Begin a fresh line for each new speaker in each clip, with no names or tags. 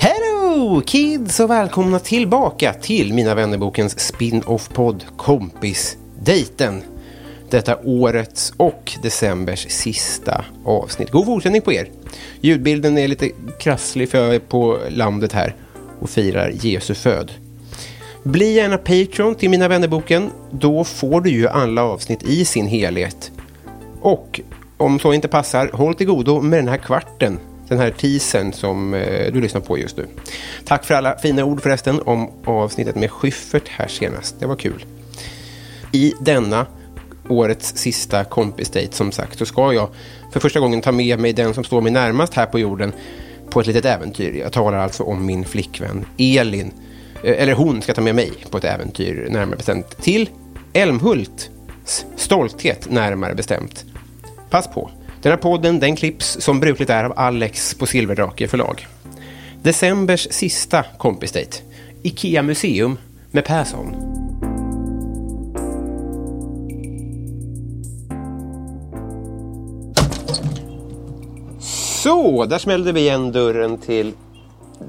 Hello kids och välkomna tillbaka till Mina vännerbokens spin-off-podd Kompis Dejten. Detta årets och decembers sista avsnitt. God fortsättning på er. Ljudbilden är lite krasslig för jag är på landet här och firar Jesu föd. Bli gärna Patreon till Mina vännerboken. Då får du ju alla avsnitt i sin helhet. Och om så inte passar, håll till godo med den här kvarten. Den här teasern som eh, du lyssnar på just nu. Tack för alla fina ord förresten om avsnittet med Schyffert här senast. Det var kul. I denna årets sista kompisdejt som sagt så ska jag för första gången ta med mig den som står mig närmast här på jorden på ett litet äventyr. Jag talar alltså om min flickvän Elin. Eh, Eller hon ska ta med mig på ett äventyr närmare bestämt till Älmhults stolthet närmare bestämt. Pass på, den här podden den klipps som brukligt är av Alex på Silverdrake förlag. Decembers sista kompisdejt. Ikea Museum med Persson. Så, där smällde vi igen dörren till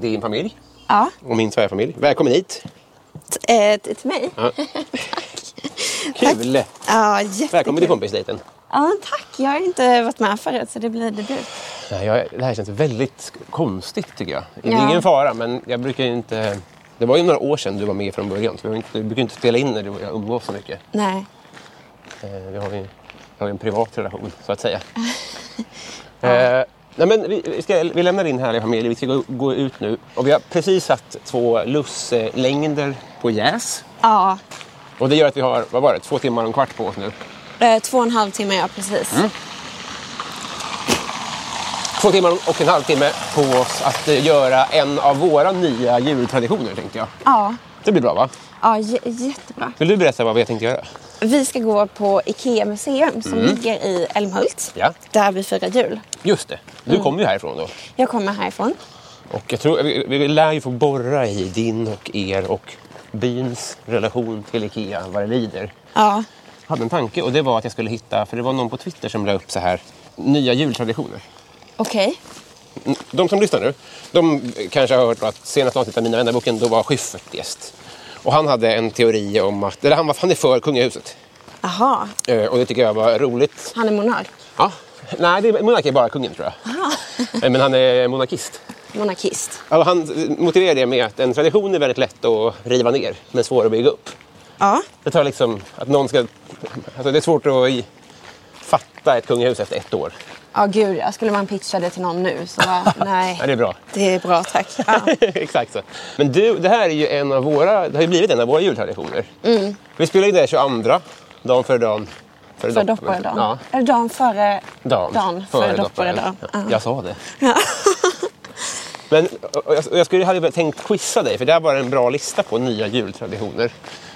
din familj
Ja,
och min svärfamilj. Välkommen hit!
t- eh, t- till mig? Ja,
Kul!
jättekul.
Välkommen till kompisdejten.
Ja, men tack. Jag har inte varit med förut så det blir debut.
Nej, jag, det här känns väldigt konstigt tycker jag. Det är
Ja.
ingen fara, men jag brukar ju inte... Det var ju några år sedan du var med från början, så vi, har inte, vi brukar inte spela in när du och jag umgås så mycket.
Nej.
Eh, vi, har ju, vi har ju en privat relation, så att säga. eh, nej, men vi, vi, ska, vi lämnar din härliga familj, vi ska gå, gå ut nu. Och vi har precis satt två lusslängder på jäs.
Ja,
Och det gör att vi har, vad var det, två timmar och en kvart på oss nu.
eh, två och en halv timme ja, precis.
Mm. Två timmar och en halv timme på oss att eh, göra en av våra nya jultraditioner, tänkte jag.
Ja,
Det blir bra, va?
ja j- jättebra.
Vill du berätta vad vi tänkte göra?
Vi ska gå på Ikea museum som ligger i Älmhult.
Mm. Ja.
Där vi firar jul.
Just det, du kommer ju härifrån då.
Jag kommer härifrån.
Och jag tror, vi, vi lär ju få borra i din och er och byns relation till Ikea, vad det lider.
Ja,
Jag hade en tanke och det var att jag skulle hitta, för det var någon på Twitter som la upp så här, nya jultraditioner.
okej.
De som lyssnar nu, de kanske har hört att senast avsnittet av Mina vännerboken, då var Schyffert gäst. Och han hade en teori om att, eller han, var, han är för kungahuset.
Jaha,
Eh, Och det tycker jag var roligt.
han är monark.
Ja, nej, det är, monark är bara kungen tror jag. Eh, Men han är monarkist.
Monarkist.
Ja, och han motiverar det med att en tradition är väldigt lätt att riva ner, men svår att bygga upp.
Ja,
Det tar liksom att någon ska... Alltså det är svårt att i, fatta ett kungahus efter ett år.
ja gud jag skulle man pitcha det till någon nu så bara, nej.
Ja, det är bra.
Det är bra tack. Ja.
Exakt så. Men du, det här är ju en av våra... Det har ju blivit en av våra jultraditioner. Vi spelar in det här 22, dagen före dagen. Före
För
dopp-
dopparedagen.
Ja,
Eller dagen före
dagen,
före,
dopparedagen.
dopparedagen.
Ja,
Ja.
Jag sa det. Men och jag, och jag skulle, hade tänkt quizza dig, för det här var en bra lista på nya jultraditioner.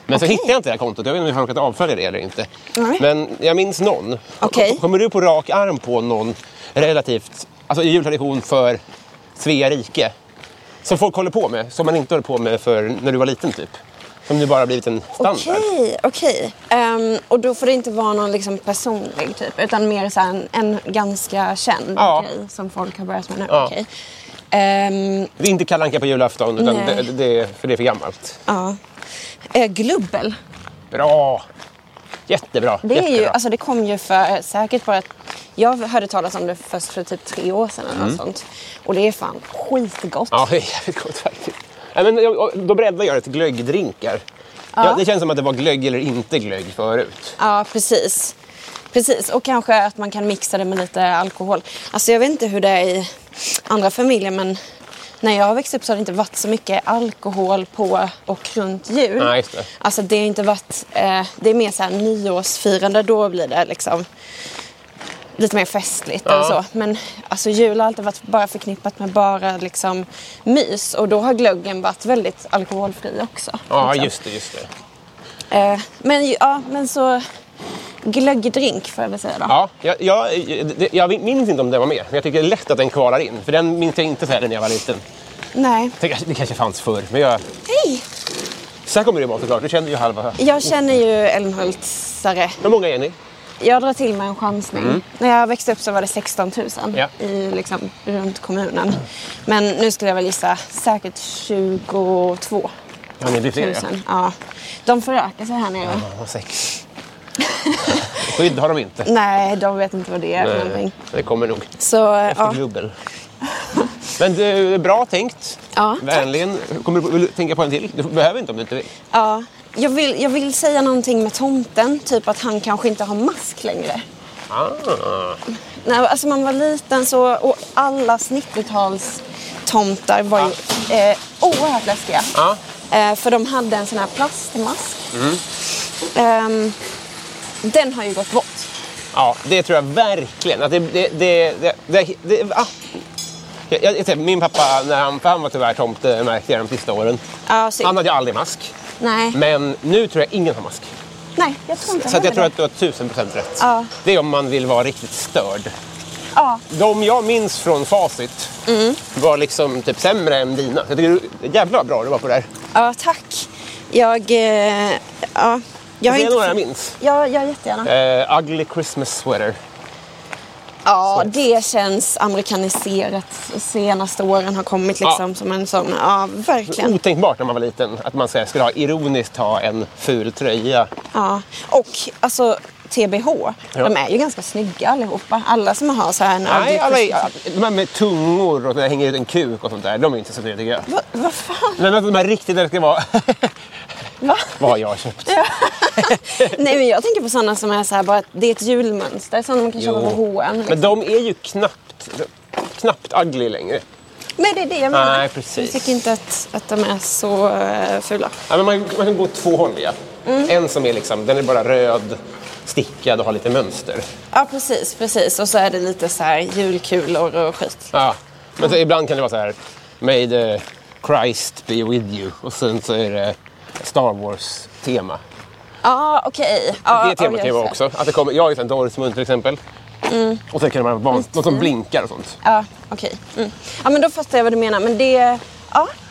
Men så hittade jag inte det här kontot. Jag vet inte om jag har råkat avfölja det eller inte.
Nej.
Men jag minns någon.
Okej.
Kommer du på rak arm på någon relativt, alltså jultradition för Svea rike? Som folk håller på med, som man inte höll på med för när du var liten typ. Som nu bara blivit en standard.
Okej, okej. Ehm, och då får det inte vara någon liksom personlig typ utan mer så här en, en ganska känd
Ja.
grej som folk har börjat med nu.
Ja.
Okej. Ehm,
Det är inte Kalle Anka på julafton, utan
Nej.
det, det, för det är för gammalt.
ja. Eh, glubbel.
Bra! Jättebra.
Det, är ju,
jättebra.
alltså det kom ju för säkert bara... Jag hörde talas om det först för typ tre år sedan eller något sånt. Och det är fan skitgott.
Mm. Ja, det är jävligt gott faktiskt. Nej, men, jag- och då breddar jag det till glöggdrinkar. Ja. det känns som att det var glögg eller inte glögg förut.
Ja, precis. Precis, och kanske att man kan mixa det med lite alkohol. Alltså jag vet inte hur det är i andra familjer men när jag växte upp så har det inte varit så mycket alkohol på och runt jul.
Nej, just det.
Alltså det har inte varit, eh, det är mer så här nyårsfirande, då blir det liksom lite mer festligt eller
Ja.
så. Men alltså jul har alltid varit bara förknippat med bara liksom mys och då har glöggen varit väldigt alkoholfri också.
Ja,
liksom.
just det. Just det.
Eh, men ju- ja, men så glöggdrink får jag väl säga då.
Ja, jag, jag, det- jag minns inte om den var med, men jag tycker det är lätt att den kvalar in. För den minns jag inte så här när jag var liten.
Nej.
Det kanske, det kanske fanns förr, men jag...
Hej!
Så här kommer det vara såklart, du känner ju halva...
Jag känner ju Älmhultsare.
Hur många är ni?
Jag drar till med en chansning. När jag växte upp så var det 16 000
Mm. Ja.
i, liksom, runt kommunen. Men nu skulle jag väl gissa säkert 22
Ja, ni blir
000.
fler ja.
Ja. De förökar sig här nere.
ja. Sex. Skydd har de inte.
Nej, de vet inte vad det är för
Nej,
någonting.
Det kommer nog.
Så, eh,
Efter
ja.
glubbel. Men du, bra tänkt.
Ja, tack.
Vänligen. Kommer du vill du tänka på en till? Du behöver inte om du inte vill.
Ja, jag vill, jag vill säga någonting med tomten, typ att han kanske inte har mask längre.
Ah.
När alltså man var liten så, och alla 90-tals tomtar var ju eh, oerhört läskiga.
Ja. Mm.
Eh, för de hade en sån här plastmask. Ehm, den har ju gått bort.
Ja, det tror jag verkligen. Att det, det, det, det, det, det, ah. jag, jag, jag, säger, min pappa, när han, för han var tyvärr tomte, märkte jag de sista åren.
Ja, synd.
Han hade ju aldrig mask.
Nej.
Men nu tror jag ingen har mask.
Nej, jag tror inte
Så att
heller
jag tror
det.
att du har tusen procent rätt.
Ja.
Det är om man vill vara riktigt störd.
Ja,
De jag minns från facit var liksom typ sämre än dina. Jag tycker du- jävla bra du var på det här.
ja tack. Jag... Eh, ja, jag
Jag
har
det är
inte...
några jag minns.
Ja, jag jättegärna.
Eh, ugly Christmas sweater.
Ja, det känns amerikaniserat. Senaste åren har kommit liksom
Ja.
som en sån, ja verkligen.
Otänkbart när man var liten att man så här skulle ha ironiskt ha en ful tröja.
Ja. Och alltså TBH,
Ja.
de är ju ganska snygga allihopa. Alla som har så här en
Nej,
ugly
alla,
Christmas-
är- de här med tungor och där hänger ut en kuk och sånt där, de är inte så snygga tycker jag.
Va, vad fan?
Men att de här riktigt, det ska vara
Va?
vad har jag köpt.
Ja. Nej men jag tänker på sådana som är så här bara att det är ett julmönster som man kan köpa på H&M. Liksom.
Men de är ju knappt, knappt ugly längre.
Nej det är det jag menar.
Nej, precis.
Jag tycker inte att, att de är så eh, fula.
Ja, men man, man kan gå åt två håll. Ja. En som är liksom, den är bara röd, stickad och har lite mönster.
Ja precis, precis. Och så är det lite så här julkulor och skit.
Ja. Men så, ibland kan det vara så här, May the Christ be with you. Och sen så är det Star Wars-tema.
Ja okej. Ja,
det
ja,
är temat kan ju
just
vara
det. Mm.
också. Att det kommer, jag är ju sån Dorfsmund till exempel. Och sen kan det vara van, något som blinkar och sånt.
Ja, okej. Mm. Ja, men då fattar jag vad du menar. Men det... Ja,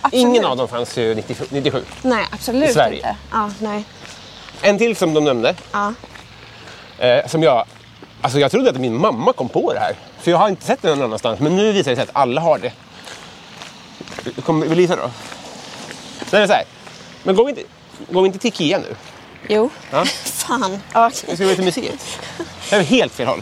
absolut.
Ingen av dem fanns ju 97. 97.
Nej, absolut
I Sverige.
inte. Ja, nej.
En till som de nämnde.
Ja.
Eh, som jag, alltså jag trodde att min mamma kom på det här. För jag har inte sett det någon annanstans. Men nu visar det sig att alla har det. Kommer vill du gissa då? Det är så här. Men gå inte, gå inte till Ikea nu.
Jo.
Ja.
Fan. Ja,
Nu
okej.
ska vi till museet. Det här är helt fel håll.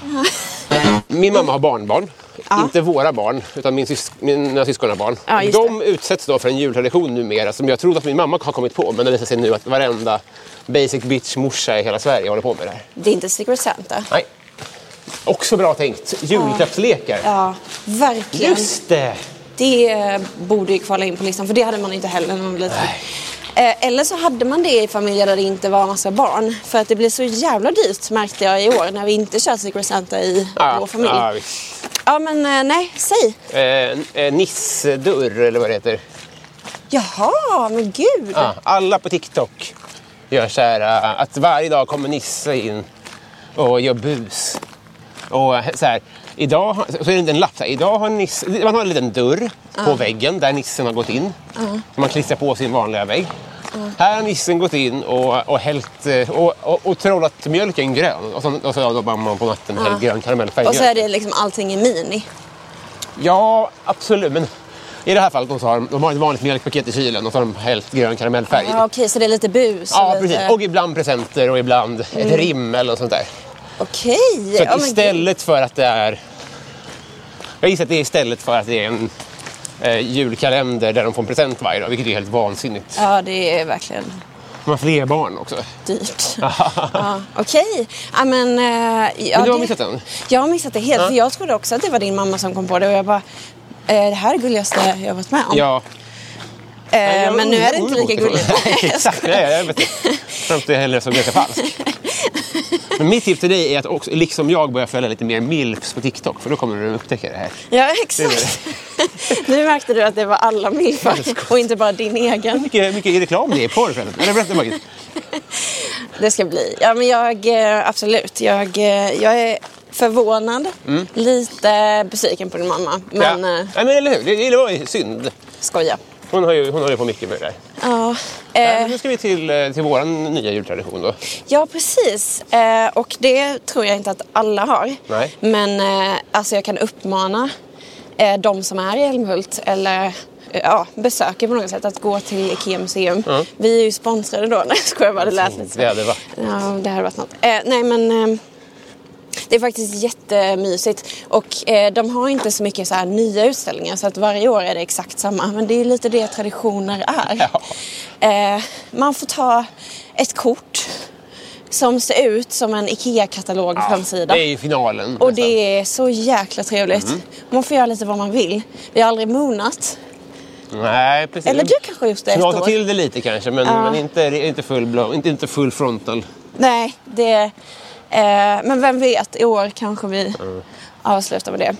Min mamma har barnbarn. Inte våra barn, utan min sys- mina syskon har barn.
Ja, just
De utsätts då för en jultradition numera som jag trodde att min mamma har kommit på. Men det visar sig nu att varenda basic bitch-morsa i hela Sverige håller på med det här.
Det är inte Secret Santa.
Nej. Också bra tänkt. Julklappslekar.
Ja, verkligen.
Just det!
Det eh, borde ju kvala in på listan, för det hade man inte heller när man var liten. Eh, Eller så hade man det i familjer där det inte var massa barn. För att det blir så jävla dyrt märkte jag i år när vi inte kör Secret Santa i vår familj.
ja,
Ja,
visst.
men eh, nej, säg.
eh, eh, Nissdörr eller vad det heter.
Jaha, men gud.
Ja, alla på TikTok gör så här eh, att varje dag kommer Nisse in och gör bus. Och eh, så här, idag har- så är det en liten lapp. Så här, idag har Nisse, man har en liten dörr på väggen där Nissen har gått in. Som man klistrar på sin vanliga vägg. Här har nissen gått in och, och, hällt, eh, och, och, och trollat mjölken grön. Och så, och så jobbar man på natten med hällt grön karamellfärg.
Och så är det liksom allting i mini.
Ja, absolut. Men i det här fallet så har de, de har ett vanligt mjölkpaket i kylen och så har de hällt grön karamellfärg.
Ja, okej, så det är lite bus. och
Ja,
lite...
precis. Och ibland presenter och ibland ett rim eller något sånt där.
Okej.
Så att
Ja, men
istället för att det är... Jag gissar att det är istället för att det är en eh, julkalender där de får en present varje dag, vilket är helt vansinnigt.
gud. Ja, det är verkligen
De har fler barn också.
dyrt. ja, okej. Ja, men... eh, ja,
Men du har
det-
missat den?
Jag har missat det helt.
Ja.
För jag trodde också att det var din mamma som kom på det och jag bara... eh, Det här är det gulligaste jag har varit med om.
Ja.
Eh,
Nej, jag
men nu är det inte lika
orolig för
gulligt.
det. Nej, exakt. Nej, jag vet inte. Framför jag hellre såg ganska falsk. Men mitt tips till dig är att också, liksom jag börja följa lite mer milfs på TikTok, för då kommer du upptäcka det här.
Ja, exakt. nu märkte du att det var alla milfar och inte bara din egen.
Mycket, mycket reklam det är i porr förresten. Eller berätta Margit.
Det ska bli. Ja, men jag... eh, Absolut. Jag, eh, jag är förvånad. Lite besviken på din mamma. Men
Mm. ja.
eh,
Nej, men eller hur, det, det var ju synd.
skoja.
Hon har ju hon har ju på mycket
Eh.
med det där.
Ja,
Nej, men
eh,
nu ska vi till, eh, till vår nya jultradition då.
ja precis. Eh, och det tror jag inte att alla har.
Nej.
Men eh, alltså jag kan uppmana eh, de som är i Älmhult eller eh, ja, besöker på något sätt att gå till IKEA Museum. Vi är ju sponsrade då. Nej, jag skojar bara. Det lät lite så.
Det hade varit.
Ja, det hade varit något. Eh, nej, men eh, det är faktiskt jättemysigt. Och eh, de har inte så mycket så här nya utställningar så att varje år är det exakt samma. Men det är lite det traditioner är.
Ja.
Eh, man får ta ett kort som ser ut som en IKEA-katalog på framsida.
Det är ju Mm. finalen.
Och
nästan.
det är så jäkla trevligt. Man får göra lite vad man vill. Vi har aldrig monat.
Nej, precis.
Eller du kanske har gjort det ett
Knasa
år.
till det lite kanske, men, men inte, inte, full blow, inte, inte full frontal.
Nej, det... Eh, men vem vet, i år kanske vi
Mm.
avslutar med det.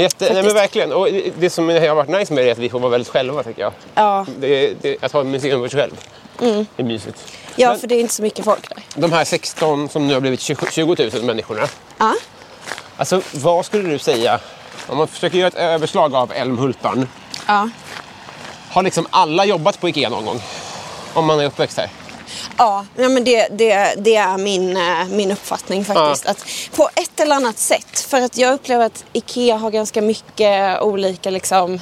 Jätte, nej, men
Faktiskt.
verkligen. Och det som har varit nice med det är att vi får vara väldigt själva, tycker jag.
Ja. Mm.
Det, det, att ha ett museum för sig själv. Det är mysigt.
Ja,
Men-
för det är inte så mycket folk där.
De här 16 som nu har blivit 20 20 000 människorna.
Ja.
Alltså, vad skulle du säga om man försöker göra ett överslag av Älmhultarn?
Ja.
Har liksom alla jobbat på Ikea någon gång? Om man är uppväxt här?
Ja, nej, men det, det, det är min, eh, min uppfattning faktiskt.
Ja.
Att på ett eller annat sätt. För att jag upplever att IKEA har ganska mycket olika liksom...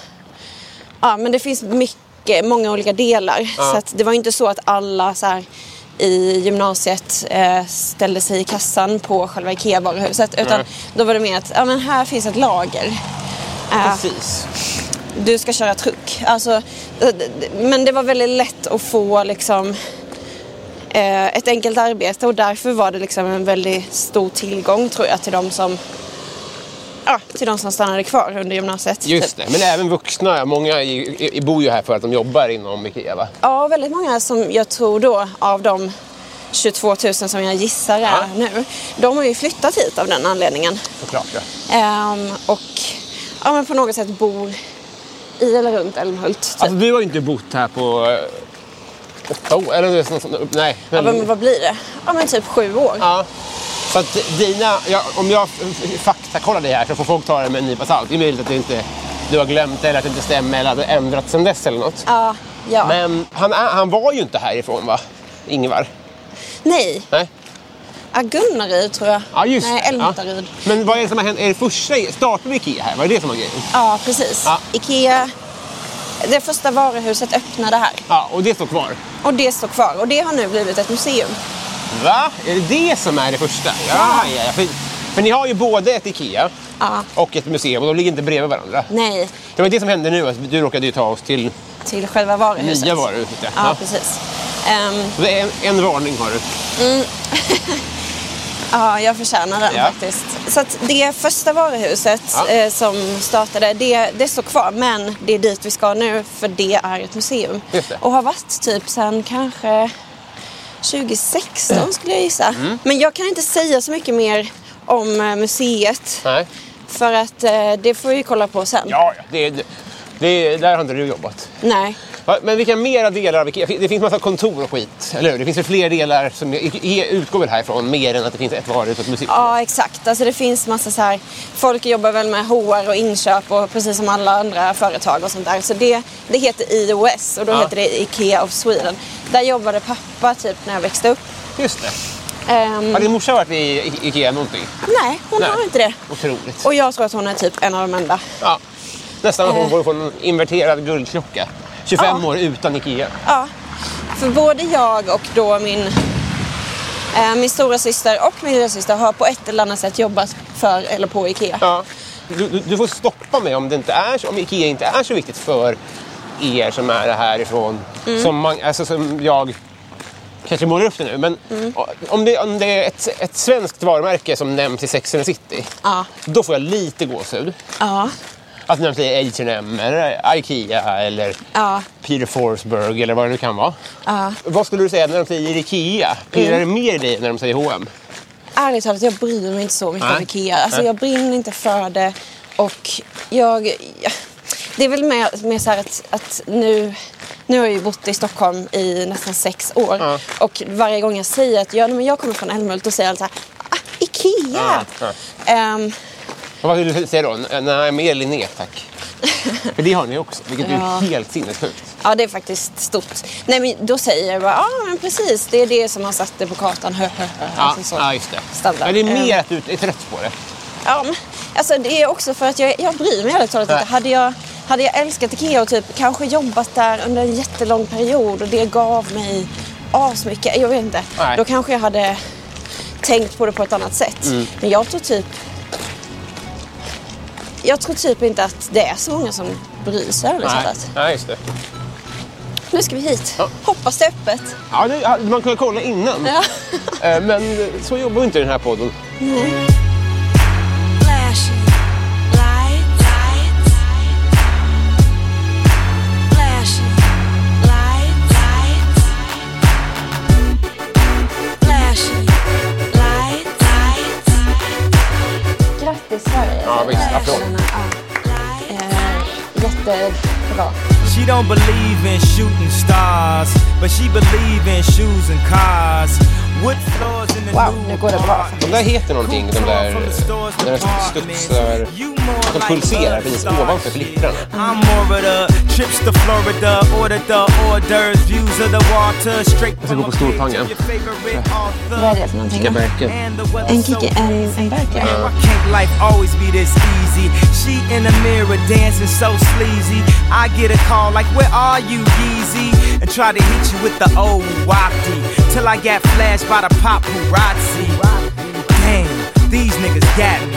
Ja, men det finns mycket, många olika delar. Så att det var ju inte så att alla så här, i gymnasiet eh, ställde sig i kassan på själva IKEA-varuhuset. Utan
Nej.
då var det mer att ja, men här finns ett lager. Eh,
Precis.
du ska köra truck. Alltså, eh, d- d- men det var väldigt lätt att få liksom, eh, ett enkelt arbete och därför var det liksom en väldigt stor tillgång tror jag till de som, ja, till de som stannade kvar under gymnasiet. typ.
Just det, men även vuxna. Många i, i, bor ju här för att de jobbar inom Ikea va?
Ja, väldigt många som jag tror då av de 22 000 som jag gissar är
Ja.
nu, de har ju flyttat hit av den anledningen.
Såklart ja.
Ehm, och ja, men på något sätt bor i eller runt Älmhult. Typ.
Alltså du har ju inte bott här på eh, åtta år, eller något sånt. Nej.
ja,
men-
men vad blir det? Ja, men typ sju år.
Ja. Så att dina, ja, om jag f- faktakollar dig här så får folk ta det med en nypa salt. Det är möjligt att det inte, du har glömt det eller att det inte stämmer eller att det har ändrats sedan dess eller något.
Ja, ja.
Men han, är- han var ju inte härifrån va? Ingvar?
Nej,
Nej?
ja, Gunnaryd tror jag.
Ja just
Nej,
det.
Älmtaryd.
Ja.
Ja.
Men vad är det som har hänt? Är det första, startade vi Ikea här? Var det det som var grejen?
precis.
Ja.
Ikea. Det första varuhuset öppnade här
Ja, och det står kvar.
och det står kvar och det har nu blivit ett museum.
Va? Är det det som är det första? Ja, ja, ja. För, för ni har ju både ett Ikea
Ja.
och ett museum och de ligger inte bredvid varandra.
Nej,
Det var det som hände nu, att du råkade ju ta oss till
till själva varuhuset.
nya varuhuset. ja.
Ja,
Ja.
precis. Ehm,
Så det är en, en varning har du.
ja, jag förtjänar den
Ja.
faktiskt. Så att det första varuhuset
Ja.
eh, som startade, det, det står kvar men det är dit vi ska nu för det är ett museum.
Just det.
Och har varit typ sen kanske 2016 skulle jag gissa.
Mm.
Men jag kan inte säga så mycket mer om eh, museet.
Nej.
För att eh, det får vi kolla på sen.
Ja, ja. Det, är- det, är- där har inte du jobbat.
Nej.
Va, Men vilka mera delar av Ikea? Det finns massa kontor och skit, eller hur? Det finns väl fler delar som Ikea utgår väl härifrån, mer än att det finns ett varuhus och ett museum?
Ja, exakt. Alltså det finns massa så här, folk jobbar väl med HR och inköp och precis som alla andra företag och sånt där. Så det, det heter IOS och då
Ja.
heter det IKEA of Sweden. Där jobbade pappa typ när jag växte upp.
Just det.
Ehm,
Har din morsa varit i I- Ikea någonting?
nej, hon har inte det.
Otroligt.
Och jag tror att hon är typ en av de enda.
Ja. Nästan att hon borde få en inverterad guldklocka. 25
Eh. Ja.
år utan Ikea.
Ja, för både jag och då min, eh, min stora syster och min lilla syster har på ett eller annat sätt jobbat för eller på IKEA.
Ja. Du, du, du får stoppa mig om, det inte är, så- om Ikea inte är så viktigt för er som är härifrån.
Mm.
Som, man, alltså, som jag kanske målar upp det nu. Men
Mm.
om, det, om det är ett, ett svenskt varumärke som nämns i Sex and the City.
Ja.
Då får jag lite gåshud.
Ja.
Att nämns i H&M eller Ikea eller
Ja.
Peter Forsberg eller vad det nu kan vara.
Ja. Mm.
Vad skulle du säga när de säger Ikea? Pirrar det mer i dig när de säger H&M?
Ärligt talat, jag bryr mig inte så mycket
Nej.
om IKEA. Alltså,
Nej.
jag brinner inte för det. Och jag... ja, Det är väl med, med så här att, att nu... Nu har jag ju bott i Stockholm i nästan sex år.
Ja.
Och varje gång jag säger att ja, nej, men jag kommer från Älmhult, då säger alla så här... Ah, IKEA!
Ja,
Ehm,
Och Vad vill du säga då? Nej, mer Linné tack. För det har ni också, vilket
Ja.
är helt sinnessjukt.
Ja, det är faktiskt stort. Nej, men då säger jag bara, ja ah, men precis, det är det som har satt det på kartan. Hö, hö, hö.
Ja,
Alltså så.
ja, just det. Men
standard.
det är mer
Eh.
att du är trött på det.
Ja, men, alltså det är också för att jag, jag bryr mig ärligt talat
Nej.
inte. Hade jag, hade jag älskat Ikea och typ kanske jobbat där under en jättelång period och det gav mig asmycket, jag vet inte.
Nej.
Då kanske jag hade tänkt på det på ett annat sätt.
Mm.
Men jag tror typ... Jag tror typ inte att det är så många som bryr sig ärligt talat.
Nej, just det.
Nu ska vi hit.
Ja.
Hoppas det är öppet.
Ja, det hade man kunde kolla innan.
Ja.
Eh, Men så jobbar ju inte den här podden.
Flashing lights, lights, flashing lights, lights, flashing lights, lights,
Grattis Sverige.
Ja, visst. Applåd.
lights.
Eh, jättebra.
She don't believe in shooting stars, but she believe in shoes and cars. Wood floors in the
Wow,
new
nu går det bra.
apartment.
De där heter någonting, de där, eh, när de studsar, de pulserar precis ovanför glittrarna.
I'm more of the trips to Florida, order the hors d'oeuvres, views of the water, straight
ska
from
gå
a
på
page
Storpangen.
of your favorite
Vad är
author.
det för någonting?
Vilka märken.
And the weather
En
so
kicke, en, en Berker.
Man, Why Uh, can't life always be this easy? She in the mirror dancing so sleazy. I get a call like, Where are you, Yeezy? And try to hit you with the old wapty. Till I got flashed by the paparazzi. Damn, these niggas got me.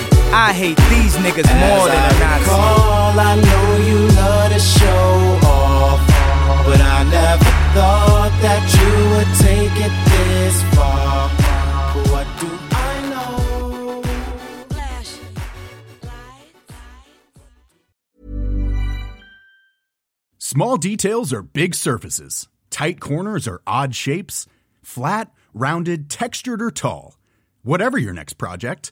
I hate these niggas more than a Nazi.
All I know you love to show off, but I never thought that you would take it this far. But what do I know?
Small details are big surfaces. Tight corners are odd shapes. Flat, rounded, textured, or tall. Whatever your next project,